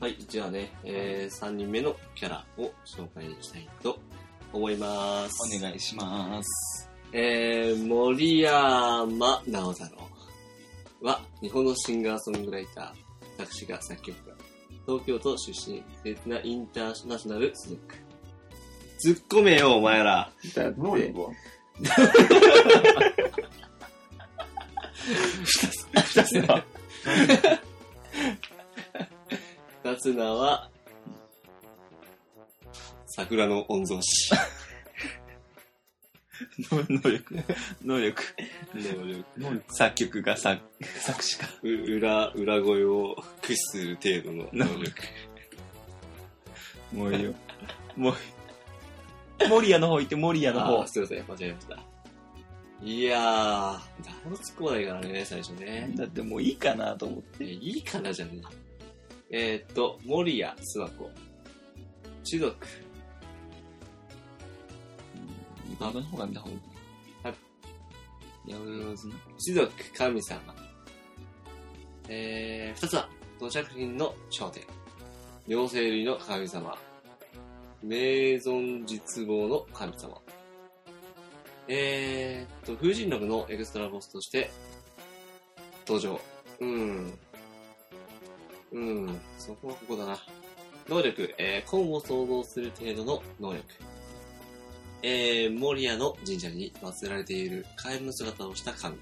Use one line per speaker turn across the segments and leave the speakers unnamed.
はい、じゃあね、え3人目のキャラを紹介したいと思います。
お願いします。
えー、森山直太郎は、日本のシンガーソングライター、作詞が作曲家、東京都出身、セテナインターナショナル所属。突っ込めよ、お前ら。
だって、
二つは
二つ名は、桜の御曹司。
能力、能力、
能力
能力
作曲が作、作詞家。
う裏、裏声を駆使する程度の能力。
もういいよ。もういい。モリアの方行って、モリアの
あ
方
ー。すいません、間違えました。いやー、誰も突っ込まないからね、最初ね。
だってもういいかなと思って。
えいいかなじゃねえ。えーっと、森谷諏訪子。種族、
バカの方が見た方がいい。。
はい
やぶろずの。
種族神様。えー、二つは、土着品の頂点。両生類の神様。名存実望の神様。えーっと、風神録のエクストラボスとして、登場。うん。うん、そこはここだな。能力、えー、本を創造する程度の能力。えー、守谷の神社に祀られているカエルの姿をした神。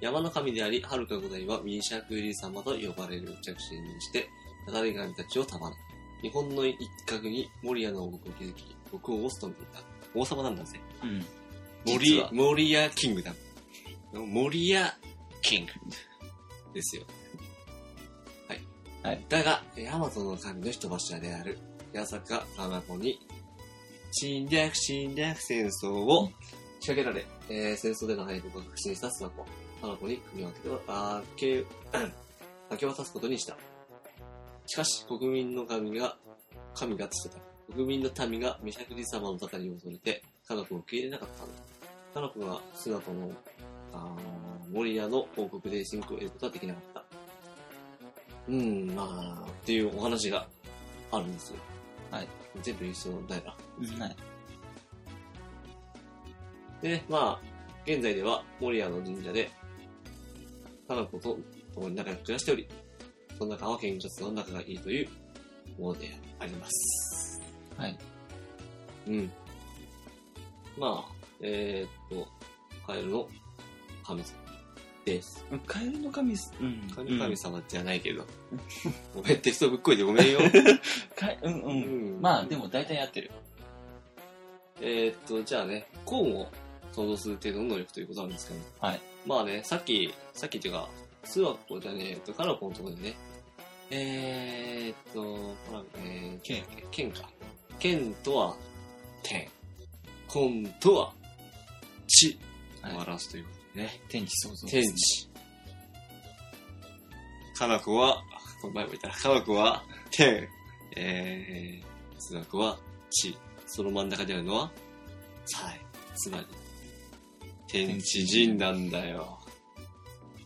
山の神であり、遥か五代はミニシャクリ様と呼ばれる着信にして、流れ神たちを束ね、日本の一角に守谷の王国を築き、国王を務めていた。王様なんだぜ。
うん。実
森
は、
森屋キングダム。森屋キング。ですよ。はい。
はい
だが、ヤマトの神の人柱である、八坂花子に、侵略侵略戦争を仕掛けられ、えー戦争での敗北を確信した諏訪子。花子に国を明け、 明け渡すことにした。しかし、国民の神が、神がつてた。国民の民がミシャクリ様のたかりを恐れて、家族を受け入れなかったのだ。家族が姿の、あー森屋の王国で信仰を得ることはできなかった。うん、まあ、っていうお話があるんですよ。
はい。
全部一緒だよな。
ない。
で、まあ、現在では、守谷の神社で、花子と共に仲良く暮らしており、その中は研究活動の仲がいいというものであります。
はい。
うん。まあ、えー、っと、カエルの神様です。
カエルの神す、うん。
カエルの神様じゃないけど、ごめん、テストぶっこいてごめんよ。
かうんう。
うんん
まあ、でも大体やってる。
えー、っと、じゃあね、コーンを想像する程度の能力ということなんですけど、
はい。
まあね、さっき、さっきっていうか、スワコじゃねええっと、カラコのところでね、えー、っと、ほら、えー、剣、剣か。剣とは、天。コンとは、地
は
を
い
表すということでね。
天気想像
天。地。かなこは、この前も言ったな、かなこは天、えー、つなこは地、その真ん中にあるのは才、つまり、天地人なんだよ。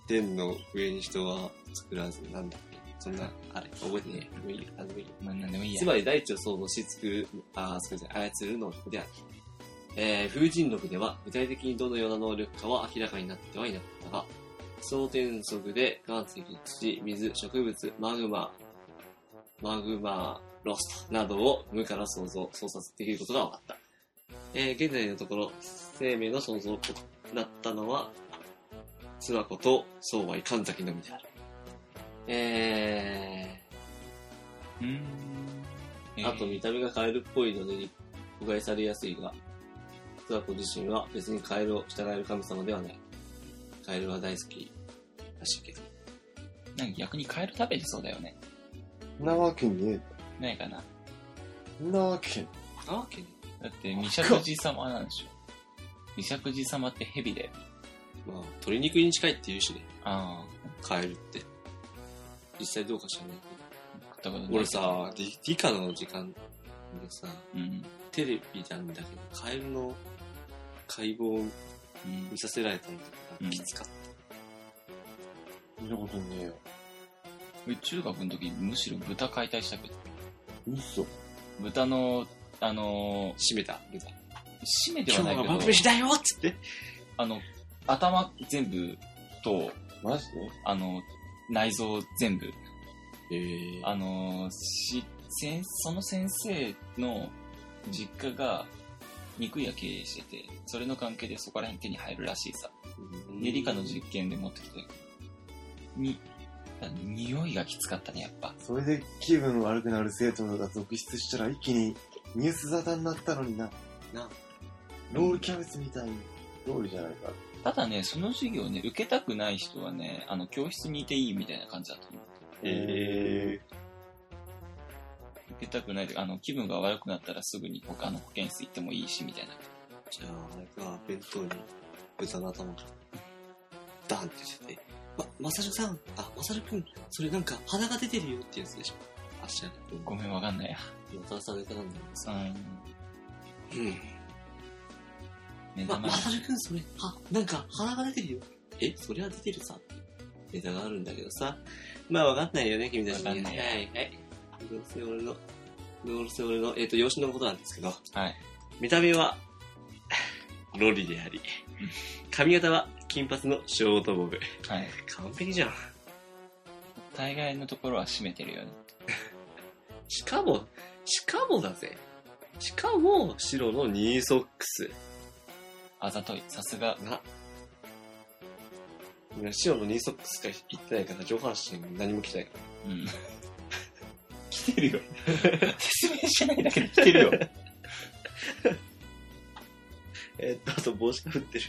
天の上に人は作らず、なんだっけ、そんな、あれ、覚えてねえ。もういいよ、なんでもいいよ。
まあ、なんでもいいや。
つまり大地を想像し作る、あー、すみません、操る能力である。えー、風神録では具体的にどのような能力かは明らかになってはいなかったが、総転速で岩石、土、水、植物、マグマ、マグマ、ロストなどを無から想像、操作できることが分かった。えー、現在のところ、生命の創造となったのは、諏訪子と相和神崎のみである。えー、
うーん。え
あ
ー
と見た目がカエルっぽいので誤解されやすいが、諏訪子自身は別にカエルを従える神様ではない。カエルは大好きらしいけど。
なんか逆にカエル食べてそうだよね。
そんなわけね
ないかな。
え。そんなわけね
なわけね。
だって、ミシャクジ様なんでしょ。ミシャクジ様ってヘビで。
まあ、鶏肉に近いって言うしね、
あ
カエルって。実際どうか知らないけ
あ、食ったことない。
ど。俺、さ、理理科の時間でさ、
うん。
テレビなんだけど、カエルの解剖を
うん
見。させられたのと
うん
か、きつかっ
見たことねえよ。
た。
俺中学の時むしろ豚解体したけど、
嘘。
豚の、あの
閉めた。みたい
ー、締めて
な今
は
日は
な
晩
いけど、
飯だよっつって。
あの、頭全部と、
マジで
あの、内臓全部、
えー、
あのーし先その先生の実家が肉屋経営しててそれの関係でそこら辺手に入るらしいさで理科の実験で持ってきてにあ匂いがきつかったねやっぱ
それで気分悪くなる生徒が続出したら一気にニュース沙汰になったのにな。
な
ロールキャベツみたいに。ロールじゃないか。
ただねその授業ね受けたくない人はねあの教室にいていいみたいな感じだと思う
え
受けたくないというかあの気分が悪くなったらすぐに他の保健室行ってもいいしみたいな
じゃあ、あれか、弁当に豚の頭が、ダンってしてて、ま、まさるさん、あ、まさるくん、それなんか鼻が出てるよってやつでしょ。あ、知らない。
ごめんわかんないや
まさるさんネタなんだけどさ。
うん
うん。
目
ま、
玉
ま
焼
さるくん、それ、は、なんか鼻が出てるよ。え、そりゃ出てるさってネタがあるんだけどさ。まあ、わかんないよね、君たちに。
わかんない
はい、はい。どうせ俺の、どうせ俺の、えっ、と、養子のことなんですけど、
きはい
見た目は ロリであり髪型は金髪のショートボブ
はい
完璧じゃん
大概のところは締めてるよね
しかもしかもだぜしかも白のニーソックス
あざとい。さすが。
な今白のニーソックスしか言ってないから上半身何も着てないから
うん。 来てるよ。説明してないだけで来てるよ。
えーっとあと帽子が振ってる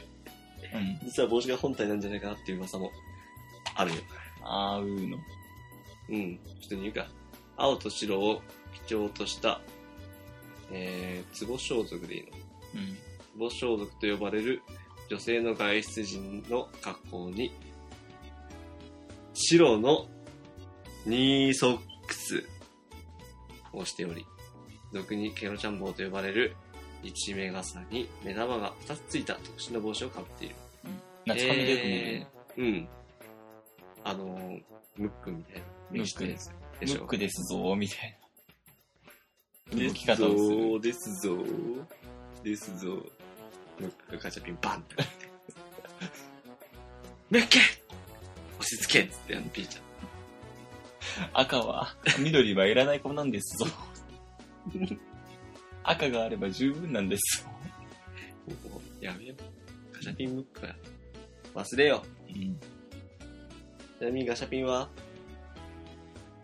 うん。
実は帽子が本体なんじゃないかなっていう噂もあるよ
あうの。
うん、普通に言うか。青と白を基調とした、えー、壺装束でいいの。
うん。
壺装束と呼ばれる女性の外出人の格好に、白のニーソックスをしており、俗にケロちゃん帽と呼ばれる一目傘に目玉が2つついた特殊な帽子をかぶっている。
夏髪でよく見るね。
うん。あのー、ムックみたいな。
ムック
で。
ですム
でし
ッ
ょ
クですぞー、みたいな。
で
動
す
き
ぞ
方をする。
ー、ですぞー、ですぞー。ムックがガチャピンバンって。ムック押し付けっつって、あの、ピーちゃん。
赤は、緑はいらない子なんです ぞ。赤があれば十分なんです。
もうやめよう。ガチャピンムックは。忘れよ
うん。
う。ちなみにガチャピンは、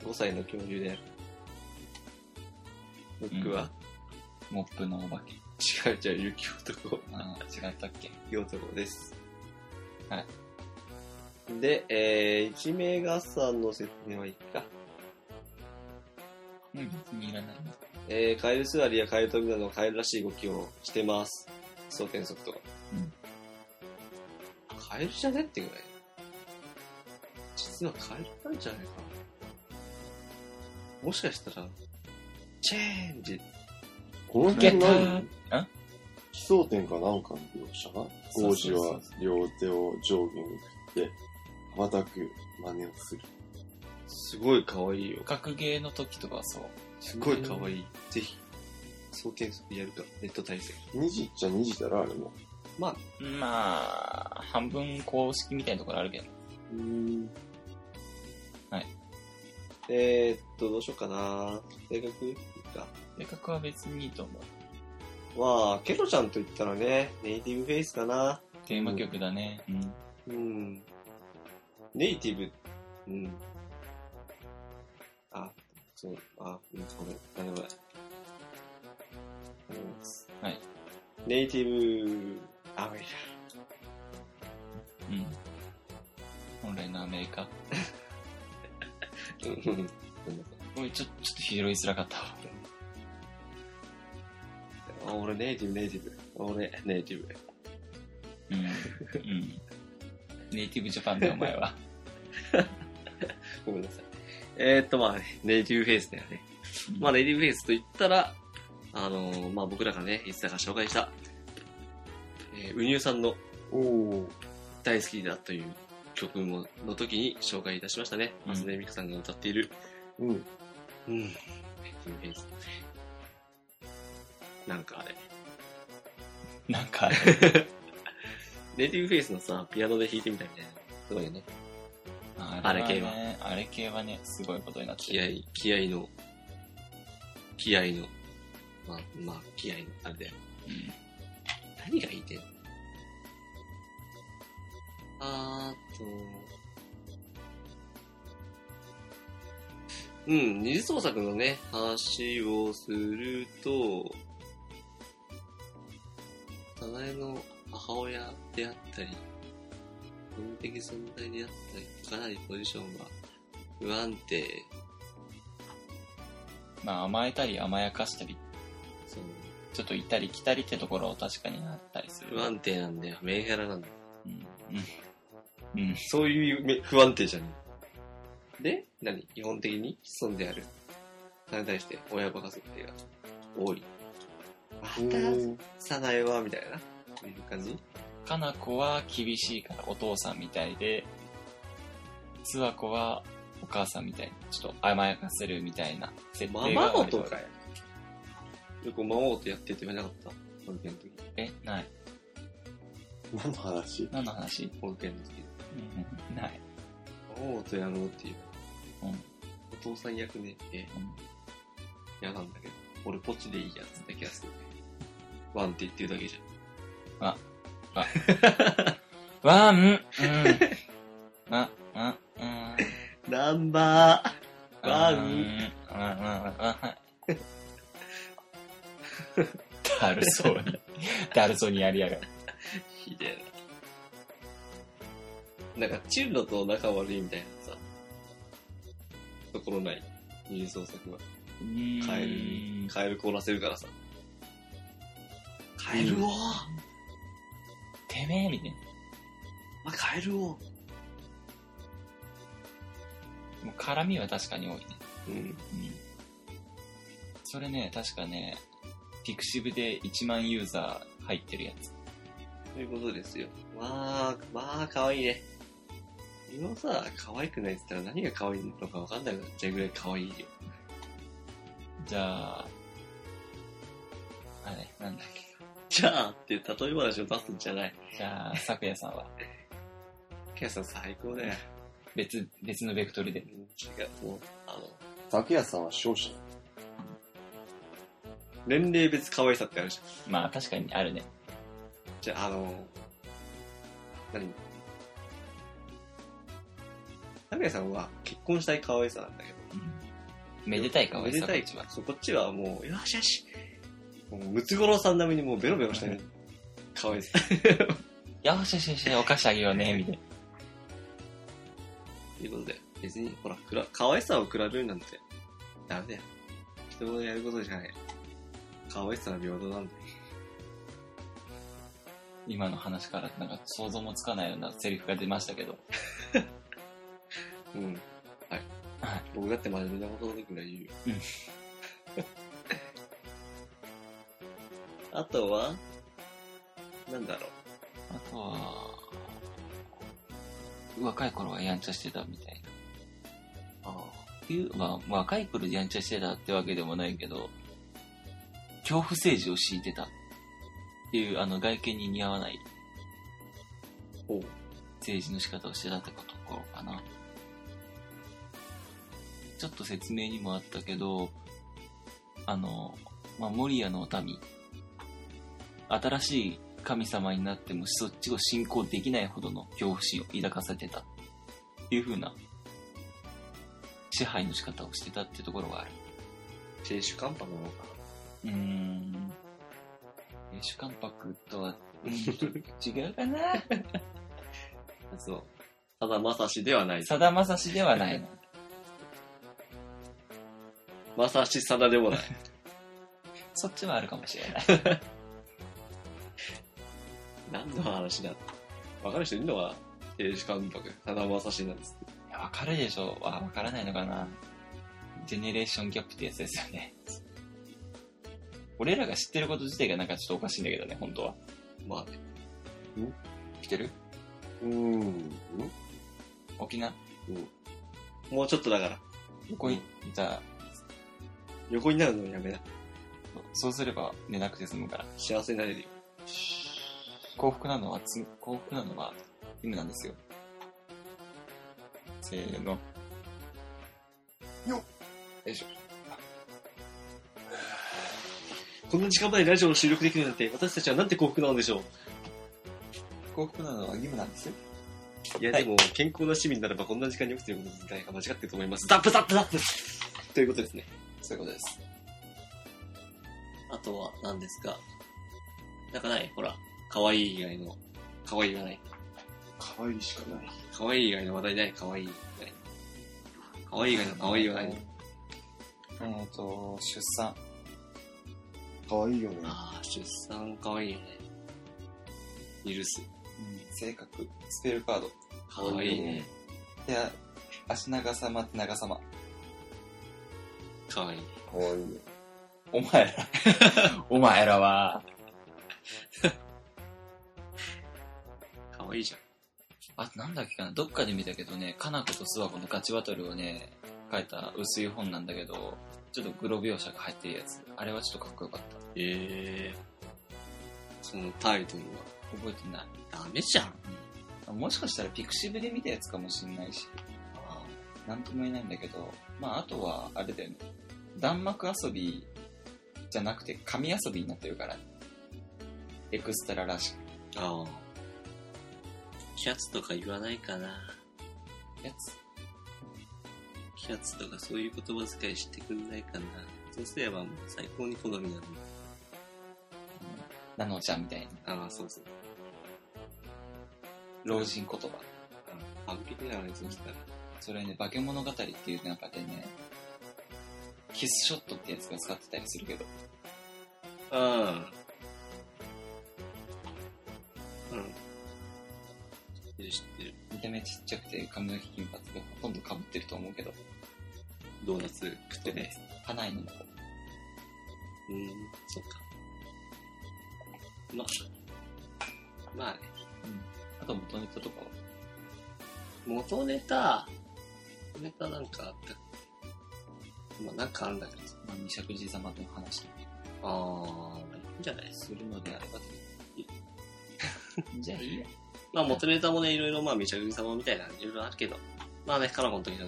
5歳の恐竜である。ムックは、
モップのお化け。
違う違う、雪男。
あー違ったっけ
いい男です。
はい。
で、えー、一名傘の説明はいいか。
うん、別にいらない。
えー、カエル座りやカエル飛びなどカエルらしい動きをしてます。総転速とか。
うん
カエルじゃねってぐらい。実はカエルなんじゃないかな。もしかしたら、チェンジ。
この
ゲ
辺
ッター
何
あ
奇想天かなんかの描写が
そうそ
王子
うそう
は両手を上下に振って、羽ばたく真似をする。
すごい可愛いよ。
格ゲーの時とかそう。
すごい可愛い。ぜひ、総転速やるか。ネット対戦。
二時っちゃ二時だろ、あれも。
まあ、半分公式みたいなところあるけど。はい。
えー、っと、どうしようかな。性格いいか。
性格は別にいいと思う。
まあ、ケロちゃんと言ったらね、ネイティブフェイスかな。
テーマ曲だね。
う
うん。
ん。ネイティブ。うん。あ、そう、あ、うん、ごめん、大丈夫だ。あります。
はい。
ネイティブ、アメリ
うん。本来のアメリカ。
カ。うんうんごめんなさ
おい、ちょ、ちょっと拾いづらかったわ。
いあ俺ネイティブ、ネイティブ。俺、ネイティブ。
うん。うん。ネイティブジャパンでお前は。
ごめんなさい。えー、っと、まあ、ネイティブフェイスだよね。まあ、
だ。
レディーフェイスと言ったら、あのーまあ、僕らがね、いつだか紹介した、えー、ウニューさんの
おお。
大好きだという曲もの時に紹介いたしましたね。
うん
初音ミクさんが歌っている、
うん。
うん。なんかあれ。
なん か、
ネイティブフェイスのさ、ピアノで弾いてみたみたいな。すごいよね。
あ
れ系は
ね。あれ系はね、すごいことになって
気合
る。
い、気合いの、気合いの、まあ、まあ、気合いの、あれだよ。
うん
何が言いてんのあーと、うん、二次創作のね、話をすると、ただいの母親であったり、文的存在であったり、かなりポジションが不安定、
まあ甘えたり甘やかしたり、
その
ちょっといたり来たりってところを確かになったりする。
不安定なんだよ、メンヘラなんだよ
うん。うん。うん。
そういうめ不安定じゃん。で、何基本的に潜んである。それに対して親バカ設定が多い。ま
うん
た、さないわ、みたいな。そういう感じ
かなこは厳しいからお父さんみたいで、つわこはお母さんみたい。ちょっと甘やかせるみたいな設
マ
定
マ
が
ご
割と
とかよ。よくママごとやってて言わなかった。保育園の時。
え、ない。
何の話
何の話、
保育園の時。
うん、ない。
ママごとやろうっていう。
うん
お父さん役ね、え
うん、
嫌なんだけど。俺ポチでいいやつだけはするね。ワンって言ってるだけじゃん。
ワンうん。あ、あ、うん。
ナンバーワン
うん。あ、あ、あ、はい。だるそうに、だるそうにやりやがる。
ひでえな。なんか、チュンロと仲悪いみたいなさ、ところない。二次創作は。カエルに、カエル凍らせるからさ。カエル王、
てめえみたいな。
あ、カエル王
もう絡みは確かに多いね。
うん。
うん。それね、確かね、ピクシブで1万ユーザー入ってるやつ。
ということですよ。まあ、まあ、可愛いね。今さ、可愛くないって言ったら何が可愛いのかわかんなくなっちゃうぐらい可愛いよ。
じゃあ、あれ、なんだっ
じゃあって例え話を出すんじゃない。
け。じゃあ、咲夜さんは
ケイさん最高 だよ。
別、別のベクトル
うん
で。
違う、もう、あの、
昨夜さんは勝者。
年齢別可愛さってあるじゃん
まあ確かにあるね。
じゃあ、あの、何タミヤさんは結婚したい可愛さなんだけど。
めでたい顔
めで
でさ、こ
たい
っちは。
そうこっちはもう、よしよし。もう、ムツゴロウさん並みにもうベロベロしたい、可愛さ。
よしよしよし、お菓子あげようね、みたいな。
ということで、別に、ほら、くら可愛さを比べるなんて、ダメだよ。人のやることじゃない。可愛さは平等なんだよ。
今の話からなんか想像もつかないようなセリフが出ましたけど。
うん。はい。
はい
僕だって真面目なことの時ぐらい言うよ。
うん
あとは、なんだろ
あとは、若い頃はやんちゃしてたみたいな。
う。あ
いう、まあ、若い頃やんちゃしてたってわけでもないけど、恐怖政治を敷いてた。っていう、あの、外見に似合わない
ほう。
政治の仕方をしてたってこところかな。ちょっと説明にもあったけど、あの、まあ、守谷の民、新しい神様になってもそっちを信仰できないほどの恐怖心を抱かせてた。っていう風な、支配の仕方をしてたってところがある。
亭主関白なのか
うーん。主観白とは、うん違うかな
なそう。ただまさしではない。
さだまさしでは ないな。
まさしさだでもない。
そっちはあるかもしれない。
何の話だわかる人いるのは、亭主関白、ただまさしなんです。
いやわかるでしょう。わ、わからないのかな。ジェネレーションギャップってやつですよね。俺らが知ってること自体がなんかちょっとおかしいんだけどね、本当は。
まあね。
来てる
うーん。
沖縄、
もうちょっとだから。
横行った、
横になるのやめな。
そうすれば寝なくて済むから。
幸せになれるよ。
幸福なのはつ、幸福なのは夢なんですよ。せーの。
こんな時間までラジオを収録できるなんて、私たちはなんて幸福なのでしょ
幸福なのは義務なんですよ。
う。いや、でも、健康な市民ならばこんな時間に起きてること自体が間違ってると思います。ダップダップダップということですね。
そういうことです。
あとは、何ですかなんかないほら、可愛い以外の、可愛いがない。
可愛いしかない。
可愛い以外の話題ない、可愛い以外の。可愛い以外の可愛いはないの。
えーと、出産。
可愛いよね。
ああ、出産可愛いよね。許す。
性格。スペルカード。
可愛いね。
いや、足長さまって長さま。
可愛い。
可愛いよ。
お前ら。 お前らは。
可愛いじゃん。
あとなんだっけかな、どっかで見たけどね、かなことすわこのガチバトルをね、書いた薄い本なんだけど、ちょっとグロ描写が入ってるやつ。あれはちょっとかっこよかった。
ええそのタイトルは
覚えてない。
ダメじゃん。
あもしかしたらピクシブで見たやつかもしんないし、なんとも言えないんだけど、まああとは、あれだよね、弾幕遊びじゃなくて紙遊びになってるから、エクストラらしく。
ああ。キャツとか言わないかな。
やつ。
キャツとかそういう言葉遣いしてくんないかな。そうすればもう最高に好みなの。
なのちゃんみたいな。
ああ、そうそう。
老人言葉。
完璧だよね、そうしたら。
それね、化け物語っていう中でね、キスショットってやつが使ってたりするけど、
うん。うん。知ってる知ってる。
見た目ちっちゃくて髪の毛金髪でほとんど被ってると思うけど、
ドーナツ食ってね。
花井の子。
うん、そっか。まあ、まあね。
あと元ネタとかは
元ネタ、元ネタなんかあったっけまあなんかあるんだけどさ。
まあ、二尺寺様の話とか
あー、まあいいんじゃない
するのであればとじゃあいいや。
まあ元ネタもね、いろいろまあ、めちゃぐみ様みたいな、いろいろあるけど。まあね、カナコの時の、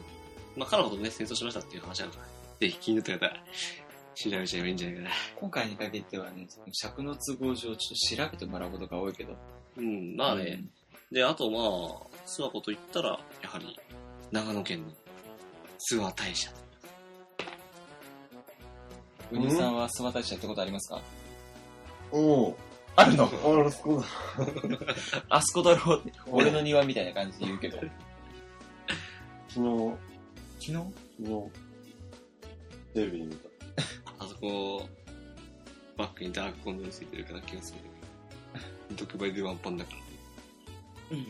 まあカナコとね、戦争しましたっていう話あるから、ぜひ気になった方、調べちゃえばいいんじゃないかな。
今回に限ってはね、尺の都合上ちょっと調べてもらうことが多いけど。
うん、まあね。で、あとまあ、諏訪湖と言ったら、やはり、長野県の諏訪大社。
うん。ウニさんは諏訪大社ってことありますか
おお。
ある
あ、あそこだ。
あそこだろうって。俺の庭みたいな感じで言うけ ど。昨
昨日、
日
昨日、テレビで見た。
あそこ、バックにダークコンドルついてるから気がする。 特売でワンパンだから。
うん。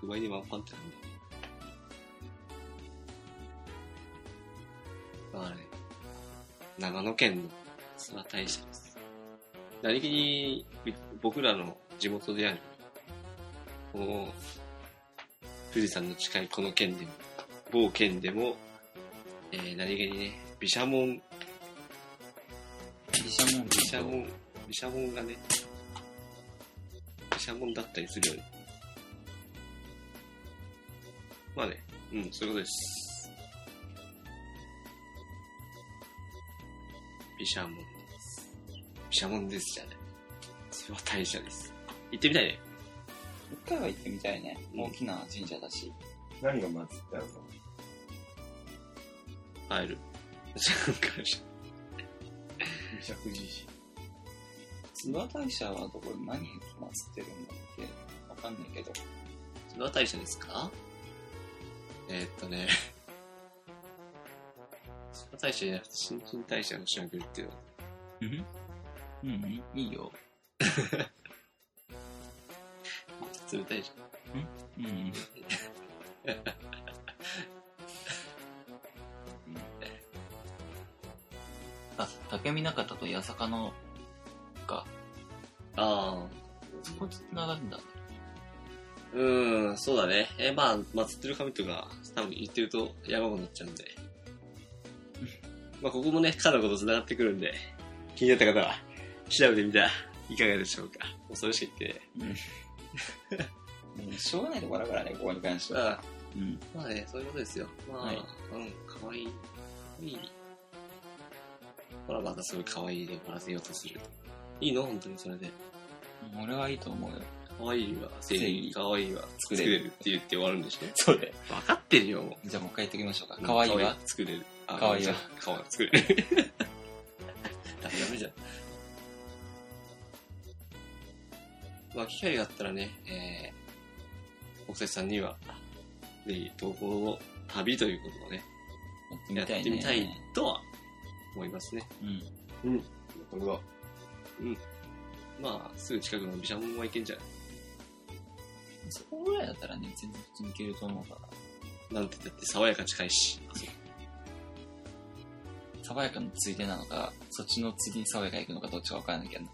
特売でワンパンってなんだまあね、長野県の諏訪大社です。何気に、僕らの地元である、この、富士山の近いこの県でも、某県でも、えー、何気にね、毘沙門
毘沙門
毘沙
と
門、毘沙門がね、毘沙門だったりするよね。まあね、うん、そういうことです。毘沙門です。毘沙門ですじゃない。それは大社です。行ってみたいね。
一回は行ってみたいね。大きな神社だし。
何が祭ってあるの
会える。
二尺寺市。
諏訪大社はどこ何に祀ってるんだっけわかんないけど。
それは大社ですかえーっとね。 それは大社じゃなくて、新陳代謝の仕上げるっていうのは
うんうん、いいよ。
冷たいじゃん。
うん。あ、竹見中田と八坂の、
ああ。
そこつながるんだ。
ううーん、そうだね。え、まあ、祀ってる神とか、多分言ってると山子になっちゃうんで。まあ、ここもね、かのこと繋がってくるんで、気になった方は、調べてみたらいかがでしょうか。もうそれしか言ってね。
うんしょうがないところだからね、ここに関しては。
まあ、
うん。
まあね、そういうことですよ。まあ、
はい
うん、かわいい。いい。ほら、またすごいかわいいで終わらせようとする。いいの本当にそれで。
俺はいいと思うよ。
かわいいわ、正義。かわいいわ、作
れ
れ
る
るって言って終わるんでしょ
そうだよ。
分かってるよ、もう。
じゃあもう一回言っときましょうか。かわいいわ。
作れる。あ
かわいいわ。
かわいい。作れる。ダ メダメじゃん。まあ、機会があったらね、えー、国際さんには、ぜひ、投稿の旅ということをね、
やって
やった
みいね。
てみたいとは思いますね。
うん。
これは、
まあ、すぐ近くの毘沙門は行けんじゃん。
そこぐらいだったらね、全然普通にいけると思うから。
なんて言ったって爽やか近いし。
爽やかのついでなのか、そっちのついでに爽やか行くのかどっちかわからないけどな。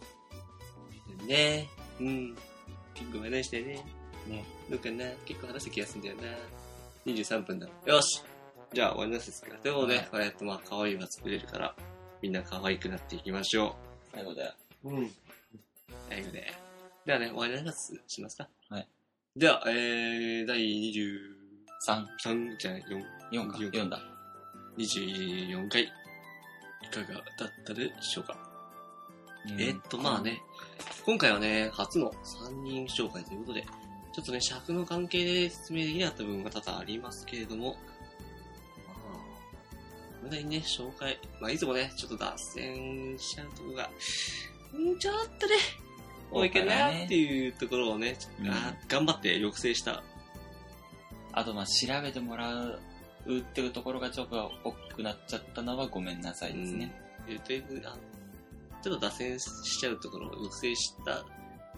ねうん。結構話したよね。ね。どうかな結構話した気がするんだよな。23分だ。よしじゃあ終わりますですから。ということで、
はい
これやってまあ可愛いは作れるから、みんな可愛くなっていきましょ
最後だよ。
うん。
う。最後で。ではね、終わりの挨拶しますか。
はい。
では、えー、第23
3、
じゃない、4、
4か。
四
4だ。
24回、いかがだったでしょうか。えーっと、まあね、今回はね、初の3人紹介ということで、ちょっとね、尺の関係で説明できなかった部分が多々ありますけれども、まあ、無駄にね、紹介、まあ、いつもね、ちょっと脱線しちゃうとこが、うんちょっとね、多いかなっていうところをね、
うん
あー頑張って抑制した。
あと、まあ、調べてもらうっていうところがちょっと多くなっちゃったのはごめんなさいですね。
うんというあちょっと脱線しちゃうところを抑制した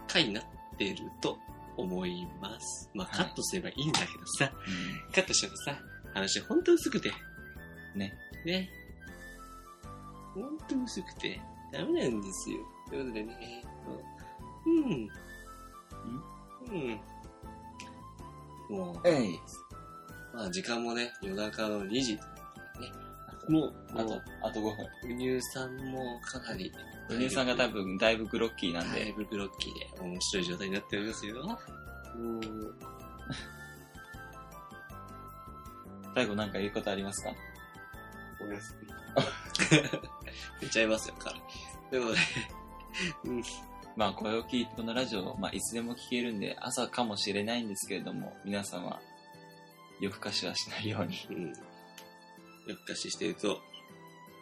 回になっていると思います。まあ、カ
はい
ットすればいいんだけどさ。
うん
カットしちゃうとさ、話ほんと薄くて。
ね。
ね。ほんと薄くて、ダメなんですよ。ということでね、えーっと、うん。うん。もう、
えい。
まあ時間もね、夜中の2時。ね。もう、
あと
も、
あと5分。
う、乳さんもかなり。
お姉さんが多分、だいぶグロッキーなん
だい
で、
ぶブロッキーで面白い状態になっておりますよ。もう、
最後なんか言うことありますか
おやすみ。
出ちゃいますよ、から。ということで、
まあ、これを聞いて、このラジオ、まあ、いつでも聞けるんで、朝かもしれないんですけれども、皆様、夜更かしはしないように。
うん。夜更かししてると、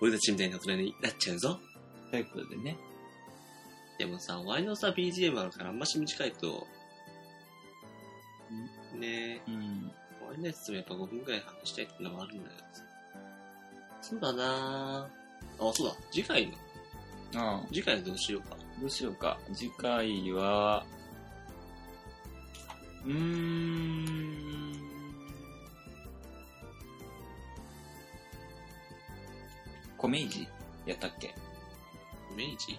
俺たちみたいな大人になっちゃうぞ。
ということでね、
でもさ、ワイのさ、BGM あるからあんまし短いと、ね
うん、
え、ワイのやつもやっぱ5分くらい話したいってのはあるんだけどさ。そうだなぁ。あ、そうだ。次回の、
あ
次回どうしようか。
あどうしようか。次回は、うーん、米市やったっけ
明治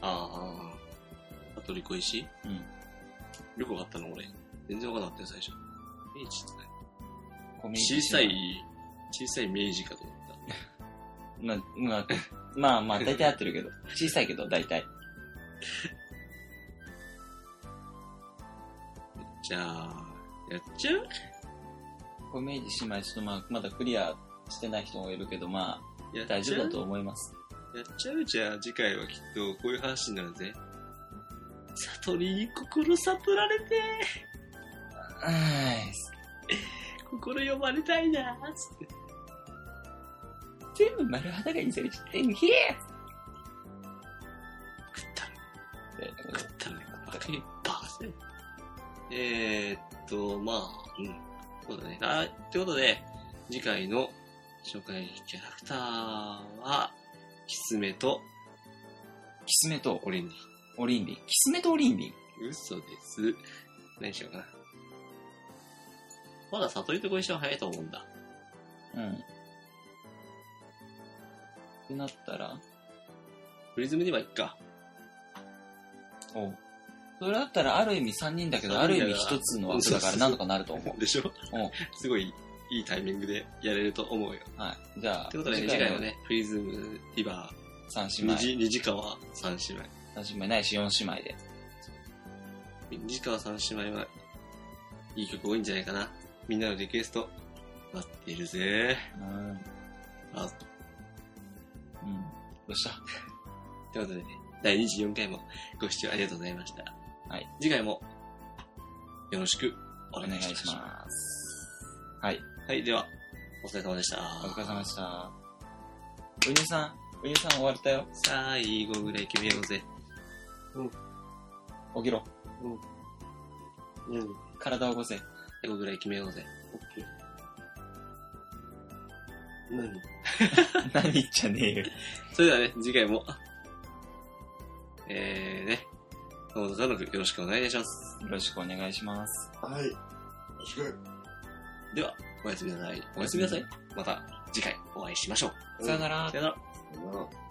ああ、あとリコ石
うん。
よくわかったの俺。全然わかんなかったよ、最初。明治って
米
何
市
小さい、小さい明治かと思った。
まあ、まあ、 まあ、まあ、大体合ってるけど。小さいけど、大体。
じゃあ、やっちゃう
これ明治姉妹、ちょっとまあ、まだクリアしてない人もいるけど、ま
や
あ、
っ
大
ちゃ
丈夫
う
だと思います。
やっちゃうじゃあ次回はきっとこういう話になるぜ。悟りに心悟られて、
はい。
心読まれたいなーつって。
全部丸裸にされちゃって、ひえ
食ったら、
ってことで
食ったらね、バカにバカせ。えー、っと、まあ、うん。そうだね。あ、ってことで、次回の紹介キャラクターは、キツメと
キスメと
オレンジ。
オリンリン。キスメとオリンリン。
嘘です。何しようかな。まだ悟りとご一緒は早いと思うんだ。
うん。ってなったら、
プリズムにはいっか。
おう。
そ
それだったらある意味3人だけど、ある意味1つの枠だからなんとかなると思う。
でしょ
うん
すごいいいタイミングでやれると思うよ。
はい。じゃあ、
ということで、次回はね、プリズム、リバー、
3姉妹、
虹虹川三姉妹。
3姉妹ないし4姉妹で。
虹川三姉妹は、いい曲多いんじゃないかな。みんなのリクエスト、待っているぜ。
うん。うん。
あ
どうした
ということでね、第24回もご視聴ありがとうございました。
はい。
次回も、よろしくお
お
願
願
い
い
し
し
ます。
ます。はい。
はい、では、お疲れ様でした。
お疲れ様でした。ウニュさん、ウニュさん終わったよ。
最後ぐらい決めようぜ。
起きろ。
うん。オッ
体を起こ せ。
最後ぐらい決めようぜ。
ケー。何
何言っちゃねえよ。
それではね、次回も、えーね、どうぞ登録よろしくお願いします。
よろしくお願いします。
はい。よろしく。
では、おやすみなさい。おやすみなさい。また次回お会いしましょう。
さよなら
さよなら。
さよなら